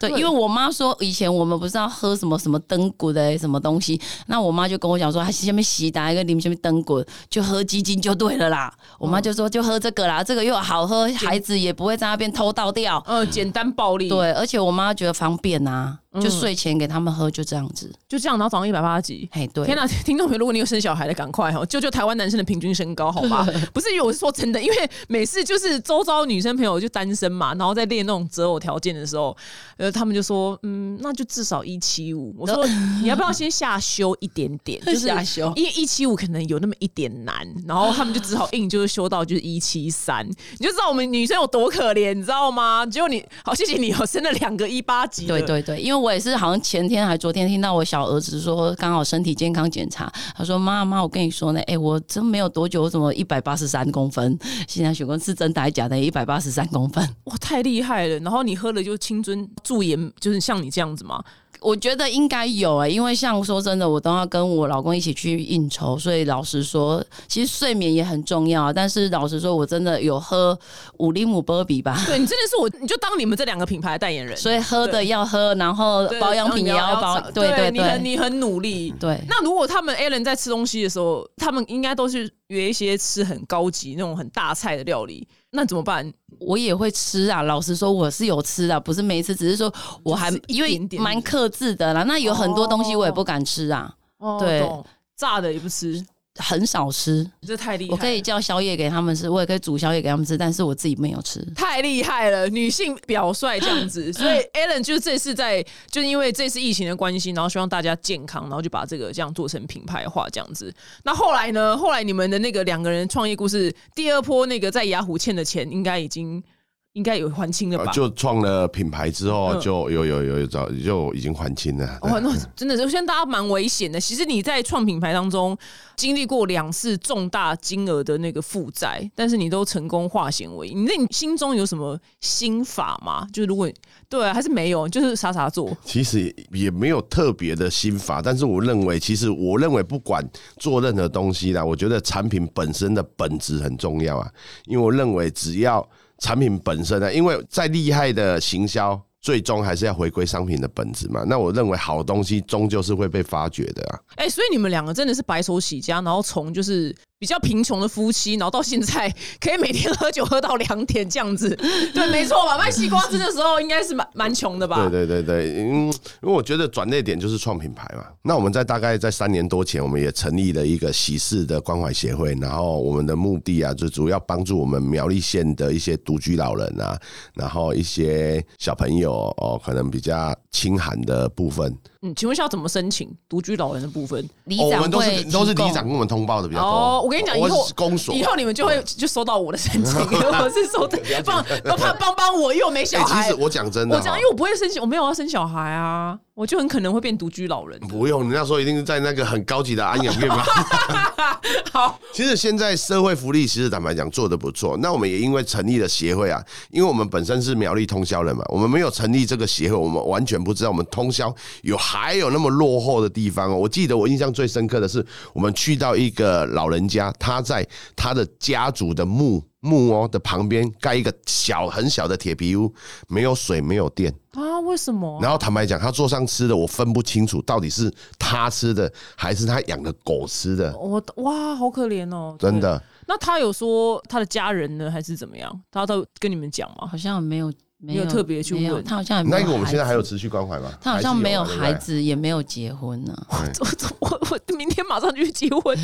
[SPEAKER 3] 对，因为我妈说以前我们不是要喝什么什么灯骨的什么东西，那我妈就跟我讲说，她下面洗打一个你们下面灯骨，就喝鸡精就对了啦。我妈就说就喝这个啦，这个又好喝，孩子也不会在那边偷倒掉。
[SPEAKER 1] 呃，简单暴力，，
[SPEAKER 3] 对，而且我妈觉得方便啊，就睡前给他们喝，就这样子。
[SPEAKER 1] 就这样，然后长到一百八十几。
[SPEAKER 3] 嘿，对，
[SPEAKER 1] 天呐、 听众朋友，如果你有生小孩的，赶快哦，救救台湾男生的平均身高，好 吧？不是因为我是说真的，因为每次就是周遭女生朋友就单身嘛，然后在列那种择偶条件的时候，呃，他们就说，嗯，那就至少一七五。我 说你要不要先下修一点点？就是
[SPEAKER 3] 下修
[SPEAKER 1] 因为一七五可能有那么一点难，然后他们就只好硬就是修到就是一七三，你就知道我们女生有多可怜，你知道吗？结果你好，谢谢你哦，生了两个一八级的，
[SPEAKER 3] 对对对，因为我也是好像前天还昨天听到我小儿子说，刚好身体健康检查，他说妈妈，我跟你说呢，哎、我真没有多久，我怎么一百八十三公分？现在询问是真的还是假的？一百八十三公分，
[SPEAKER 1] 哇，太厉害了！然后你喝了就青春驻颜，就是像你这样子 嘛。
[SPEAKER 3] 我觉得应该有哎、因为像说真的，我都要跟我老公一起去应酬，所以老实说，其实睡眠也很重要啊。但是老实说，我真的有喝五厘姆波比吧。
[SPEAKER 1] 对你真的是我，你就当你们这两个品牌的代言人，
[SPEAKER 3] 所以喝的要喝，然后
[SPEAKER 1] 对
[SPEAKER 3] 保养品也
[SPEAKER 1] 然后
[SPEAKER 3] 要
[SPEAKER 1] 你
[SPEAKER 3] 保，对
[SPEAKER 1] 对
[SPEAKER 3] 对
[SPEAKER 1] 你很
[SPEAKER 3] 对
[SPEAKER 1] 你很努力。
[SPEAKER 3] 对。
[SPEAKER 1] 那如果他们 Alan 在吃东西的时候，他们应该都是约一些吃很高级那种很大菜的料理，那怎么办？
[SPEAKER 3] 我也会吃啊，老实说我是有吃啊，不是没吃，只是说我还
[SPEAKER 1] 就是一
[SPEAKER 3] 因为
[SPEAKER 1] 点点
[SPEAKER 3] 蛮克制的啦。那有很多东西我也不敢吃啊，
[SPEAKER 1] 哦
[SPEAKER 3] 对
[SPEAKER 1] 懂炸的也不吃，
[SPEAKER 3] 很少吃。
[SPEAKER 1] 这太厉害了。
[SPEAKER 3] 我可以叫宵夜给他们吃，我也可以煮宵夜给他们吃，但是我自己没有吃。
[SPEAKER 1] 太厉害了，女性表率这样子，所以 Alan 就是这次在，就是因为这次疫情的关系，然后希望大家健康，然后就把这个这样做成品牌化这样子。那后来呢？后来你们的那个两个人创业故事，第二波那个在雅虎欠的钱，应该已经应该有还清了吧？
[SPEAKER 2] 啊就创了品牌之后，
[SPEAKER 1] 嗯
[SPEAKER 2] 就有有有有早就已经还清了。
[SPEAKER 1] 哦，那真的是，现在大家蛮危险的。其实你在创品牌当中经历过两次重大金额的那个负债，但是你都成功化险为夷。你那你心中有什么心法吗？就是如果对啊、还是没有，就是傻傻做。
[SPEAKER 2] 其实也没有特别的心法，但是我认为，其实我认为不管做任何东西啦，我觉得产品本身的本质很重要啊。因为我认为，只要产品本身啊呢，因为再厉害的行销，最终还是要回归商品的本质嘛。那我认为，好东西终究是会被发掘的啊。
[SPEAKER 1] 哎、所以你们两个真的是白手起家，然后从就是比较贫穷的夫妻，然后到现在可以每天喝酒喝到两点这样子。 对，没错吧？卖西瓜汁的时候应该是蛮蛮穷的吧？
[SPEAKER 2] 对对对对，嗯，因为我觉得转捩点就是创品牌嘛。那我们在大概在三年多前，我们也成立了一个喜事的关怀协会，然后我们的目的啊，就主要帮助我们苗栗县的一些独居老人啊，然后一些小朋友哦，可能比较清寒的部分，
[SPEAKER 1] 嗯，请问一下要怎么申请独居老人的部分？
[SPEAKER 3] 里
[SPEAKER 2] 哦、我
[SPEAKER 3] 长
[SPEAKER 2] 们都
[SPEAKER 3] 会
[SPEAKER 2] 是都是
[SPEAKER 3] 提供
[SPEAKER 2] 里长跟我们通报的比较多。
[SPEAKER 1] 哦，我跟你讲，以
[SPEAKER 2] 我
[SPEAKER 1] 后
[SPEAKER 2] 是公所
[SPEAKER 1] 以后你们就会就收到我的申 请，我是收的，帮帮帮帮帮我，因为我没
[SPEAKER 2] 哎、
[SPEAKER 1] 小孩。
[SPEAKER 2] 其实我讲真的
[SPEAKER 1] 我
[SPEAKER 2] 哈，
[SPEAKER 1] 讲，因为我不会生小，我没有要生小孩啊，我就很可能会变独居老人。
[SPEAKER 2] 不用，你那时候一定是在那个很高级的安养 院吧。
[SPEAKER 1] 好，
[SPEAKER 2] 其实现在社会福利，其实坦白讲做的不错。那我们也因为成立了协会啊，因为我们本身是苗栗通宵人嘛，我们没有成立这个协会，我们完全不知道我们通宵有还有那么落后的地方哦。我记得我印象最深刻的是，我们去到一个老人家，他在他的家族的墓墓哦的旁边盖一个小很小的铁皮屋，没有水，没有电。
[SPEAKER 1] 啊，为什么？
[SPEAKER 2] 然后坦白讲，他桌上吃的我分不清楚到底是他吃的还是他养的狗吃的，
[SPEAKER 1] 我哇，好可怜哦，
[SPEAKER 2] 真
[SPEAKER 1] 对。
[SPEAKER 2] 的。
[SPEAKER 1] 那他有说他的家人呢，还是怎么样？他都跟你们讲吗？
[SPEAKER 3] 好像没有
[SPEAKER 1] 没
[SPEAKER 3] 没
[SPEAKER 1] 有特别去
[SPEAKER 3] 没有
[SPEAKER 1] 问
[SPEAKER 3] 他好像也没有
[SPEAKER 2] 那个我们
[SPEAKER 3] 孩
[SPEAKER 2] 现在
[SPEAKER 3] 子
[SPEAKER 2] 还有持续关怀吗？
[SPEAKER 3] 他好像没有
[SPEAKER 2] 还是
[SPEAKER 3] 孩
[SPEAKER 2] 啊。
[SPEAKER 3] 子，也没有结婚呢、
[SPEAKER 1] 我我我明天马马上就去结 婚。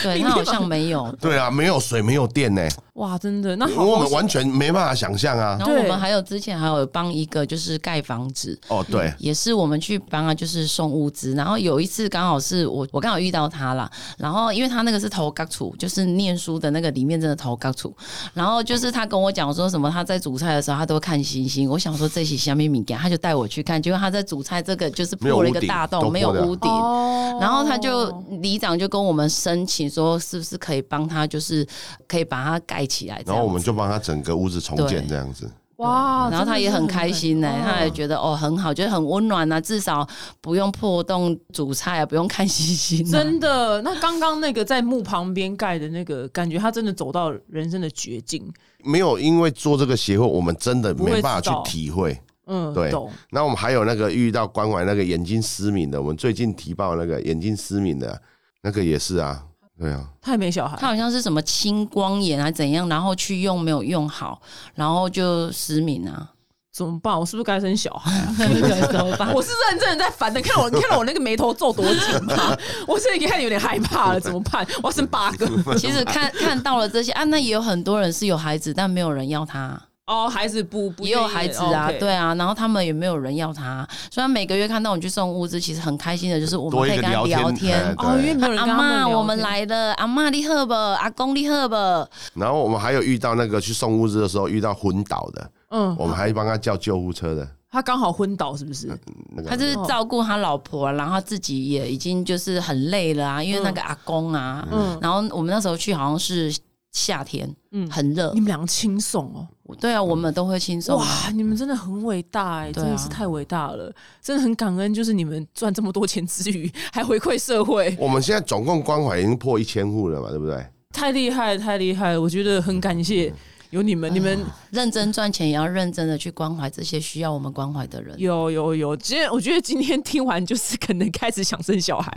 [SPEAKER 3] 对他好像 没有
[SPEAKER 2] 对啊，没有水，没有电呢、
[SPEAKER 1] 哇，真的，那
[SPEAKER 2] 因
[SPEAKER 1] 好
[SPEAKER 2] 为我们
[SPEAKER 1] 好
[SPEAKER 2] 完全没办法想象啊。
[SPEAKER 3] 然后我
[SPEAKER 1] 对
[SPEAKER 3] 们还有之前还有帮一个就是盖房子，
[SPEAKER 2] 哦，对，
[SPEAKER 3] 也是我们去帮他就是送物资。然后有一次刚好是我我刚好遇到他啦，然后因为他那个是投高处，就是念书的那个里面真的投高处。然后就是他跟我讲说什么他在煮菜的时候他都会看星星，我想说这起虾米米干，他就带我去看，结果他在煮菜这个就是
[SPEAKER 2] 没有
[SPEAKER 3] 破了一
[SPEAKER 2] 屋
[SPEAKER 3] 个
[SPEAKER 2] 顶
[SPEAKER 3] 大
[SPEAKER 2] 都
[SPEAKER 3] 洞，没有
[SPEAKER 2] 破了
[SPEAKER 3] 屋顶。
[SPEAKER 1] 哦
[SPEAKER 3] 然后他就里长就跟我们申请说，是不是可以帮他，就是可以把它盖起来这样子。
[SPEAKER 2] 然后我们就帮他整个屋子重建
[SPEAKER 3] 对
[SPEAKER 2] 这样子。
[SPEAKER 1] 哇，
[SPEAKER 3] 嗯然后他也很开心呢、
[SPEAKER 1] 哦真的是很嗯
[SPEAKER 3] 他也觉得哦很好，觉得很温暖啊，至少不用破洞煮菜啊，不用看星星、啊。
[SPEAKER 1] 真的，那刚刚那个在墓旁边盖的那个，感觉他真的走到人生的绝境。
[SPEAKER 2] 没有，因为做这个协会，我们真的没办
[SPEAKER 1] 不会知道
[SPEAKER 2] 法去体会。
[SPEAKER 1] 嗯，
[SPEAKER 2] 对
[SPEAKER 1] 懂。
[SPEAKER 2] 那我们还有那个遇到关怀那个眼睛失明的，我们最近提报那个眼睛失明的那个也是啊，对啊，
[SPEAKER 1] 他也没小
[SPEAKER 3] 他
[SPEAKER 1] 孩，
[SPEAKER 3] 好像是什么青光眼啊怎样，然后去用没有用好，然后就失明 啊。
[SPEAKER 1] 怎么办？我是不是该生小孩？
[SPEAKER 3] 怎么办？
[SPEAKER 1] 我是认真的在烦的，看我，你看我那个眉头皱多紧吗？ 我现在已经开始有点害怕了，怎么办？我要生八个
[SPEAKER 3] 其实看看到了这些啊，那也有很多人是有孩子，但没有人要他啊、
[SPEAKER 1] 哦，孩子不不
[SPEAKER 3] 也有孩子啊，
[SPEAKER 1] 愿意哦，OK
[SPEAKER 3] 对啊，然后他们也没有人要他。虽然每个月看到我们去送物资，其实很开心的，就是我们
[SPEAKER 2] 多
[SPEAKER 3] 可
[SPEAKER 2] 一
[SPEAKER 3] 以
[SPEAKER 2] 个
[SPEAKER 3] 跟他聊
[SPEAKER 2] 聊
[SPEAKER 3] 天
[SPEAKER 2] 天。哎
[SPEAKER 1] 哦，因为没有人
[SPEAKER 3] 阿
[SPEAKER 1] 跟他们聊
[SPEAKER 3] 妈，
[SPEAKER 1] 天
[SPEAKER 3] 我们，来了，阿妈你喝吧，阿公你喝吧。
[SPEAKER 2] 然后我们还有遇到那个去送物资的时候遇到昏倒的，
[SPEAKER 1] 嗯，
[SPEAKER 2] 我们还帮他叫救护车的。
[SPEAKER 1] 他刚好昏倒，是不是？
[SPEAKER 2] 那
[SPEAKER 3] 他
[SPEAKER 2] 个
[SPEAKER 3] 就是照顾他老婆啊，然后他自己也已经就是很累了啊，因为那个阿公啊，
[SPEAKER 1] 嗯
[SPEAKER 3] 然后我们那时候去好像是夏天，
[SPEAKER 1] 嗯，
[SPEAKER 3] 很热
[SPEAKER 1] 你。们两个轻松哦，
[SPEAKER 3] 对啊，我们都会轻松啊。
[SPEAKER 1] 哇，你们真的很伟大哎、
[SPEAKER 3] 对
[SPEAKER 1] 真
[SPEAKER 3] 啊
[SPEAKER 1] 的是太伟大了，真的很感恩，就是你们赚这么多钱之余， 还回馈社会，
[SPEAKER 2] 我们现在总共关怀已经破一千户了嘛，对不对？
[SPEAKER 1] 太厉害了，太厉害了，我觉得很感
[SPEAKER 3] 嗯
[SPEAKER 1] 谢有你们，你们
[SPEAKER 3] 认真赚钱也要认真的去关怀这些需要我们关怀的人。
[SPEAKER 1] 有有有，今天我觉得今天听完就是可能开始想生小孩，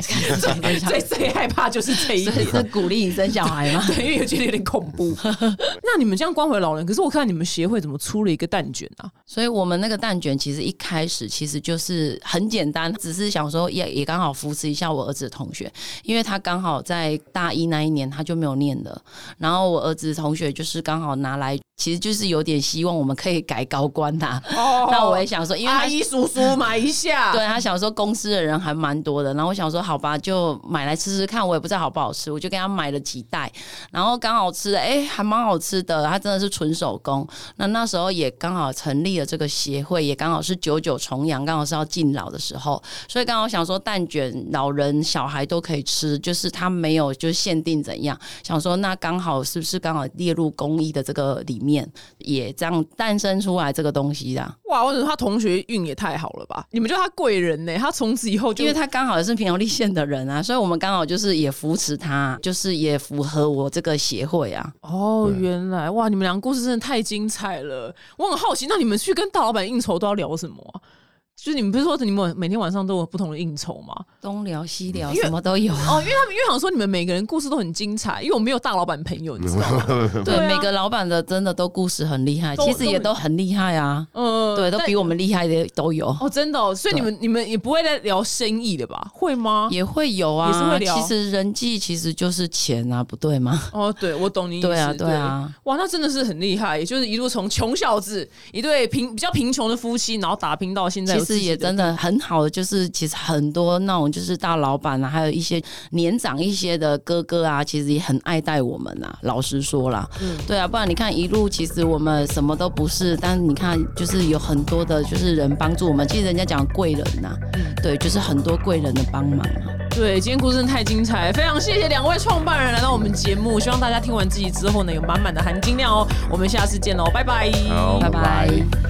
[SPEAKER 1] 最最害怕就是这一
[SPEAKER 3] 所以
[SPEAKER 1] 点。
[SPEAKER 3] 是鼓励你生小孩吗？
[SPEAKER 1] 对，因为我觉得有点恐 怖。那你们这样关怀老人，可是我看你们协会怎么出了一个蛋卷啊？
[SPEAKER 3] 所以我们那个蛋卷其实一开始其实就是很简单，只是想说哎也也刚好扶持一下我儿子的同学，因为他刚好在大一那一年他就没有念了，然后我儿子同学就是刚好拿来，其实就是有点希望我们可以改高官呐、
[SPEAKER 1] 哦
[SPEAKER 3] 那我也想说，因为他
[SPEAKER 1] 阿姨叔叔买一下，
[SPEAKER 3] 对他想说公司的人还蛮多的，然后我想说好吧，就买来吃吃看，我也不知道好不好吃，我就给他买了几袋，然后刚好吃了，哎、还蛮好吃的，它真的是纯手工。那那时候也刚好成立了这个协会，也刚好是九九重阳，刚好是要敬老的时候，所以刚好想说蛋卷老人小孩都可以吃，就是它没有就是限定怎样，想说那刚好是不是刚好列入公益的这个里面，也这样诞生出来这个东西啦。
[SPEAKER 1] 哇，我觉得他同学运也太好了吧？你们叫他贵人呢、他从此以后就
[SPEAKER 3] 因为他刚好也是平遥立县的人啊，所以我们刚好就是也扶持他，就是也符合我这个协会啊。
[SPEAKER 1] 哦，原来哇，你们两个故事真的太精彩了。我很好奇，那你们去跟大老板应酬都要聊什么啊、就是你们不是说你们每天晚上都有不同的应酬吗？
[SPEAKER 3] 东聊西聊，
[SPEAKER 1] 因为
[SPEAKER 3] 什么都有。啊
[SPEAKER 1] 哦，因为他们因为想说你们每个人故事都很精彩，因为我没有大老板朋友，你知道吗？
[SPEAKER 3] 对，
[SPEAKER 1] 对啊
[SPEAKER 3] 每个老板的真的都故事很厉害，
[SPEAKER 1] 都
[SPEAKER 3] 其实也都很厉害啊。
[SPEAKER 1] 嗯，
[SPEAKER 3] 对，都
[SPEAKER 1] 但
[SPEAKER 3] 比我们厉害的都有，
[SPEAKER 1] 哦，真的、哦，所以你们你们也不会在聊生意的吧？会吗？
[SPEAKER 3] 也会有
[SPEAKER 1] 也是
[SPEAKER 3] 啊
[SPEAKER 1] 会。聊
[SPEAKER 3] 其实人际其实就是钱啊，不对吗？
[SPEAKER 1] 哦，对，我懂你意思。
[SPEAKER 3] 对啊，对啊。
[SPEAKER 1] 哇，那真的是很厉害，也就是一路从穷小子，一对贫比较贫穷的夫妻，然后打拼到现在
[SPEAKER 3] 其
[SPEAKER 1] 有自己
[SPEAKER 3] 实
[SPEAKER 1] 的，
[SPEAKER 3] 也真的很好的，就是其实很多那种就是大老板啊，还有一些年长一些的哥哥啊，其实也很爱戴我们啊。老实说啦，
[SPEAKER 1] 嗯
[SPEAKER 3] 对啊，不然你看一路其实我们什么都不是，但你看就是有很多的就是人帮助我们，其实人家讲贵人呐、
[SPEAKER 1] 嗯
[SPEAKER 3] 对，就是很多贵人的帮忙啊。
[SPEAKER 1] 对。今天故事真的太精彩了，非常谢谢两位创办人来到我们节目，希望大家听完自己之后呢，有满满的含金量哦。我们下次见喽，拜拜。
[SPEAKER 2] 好
[SPEAKER 3] 拜拜
[SPEAKER 2] 拜拜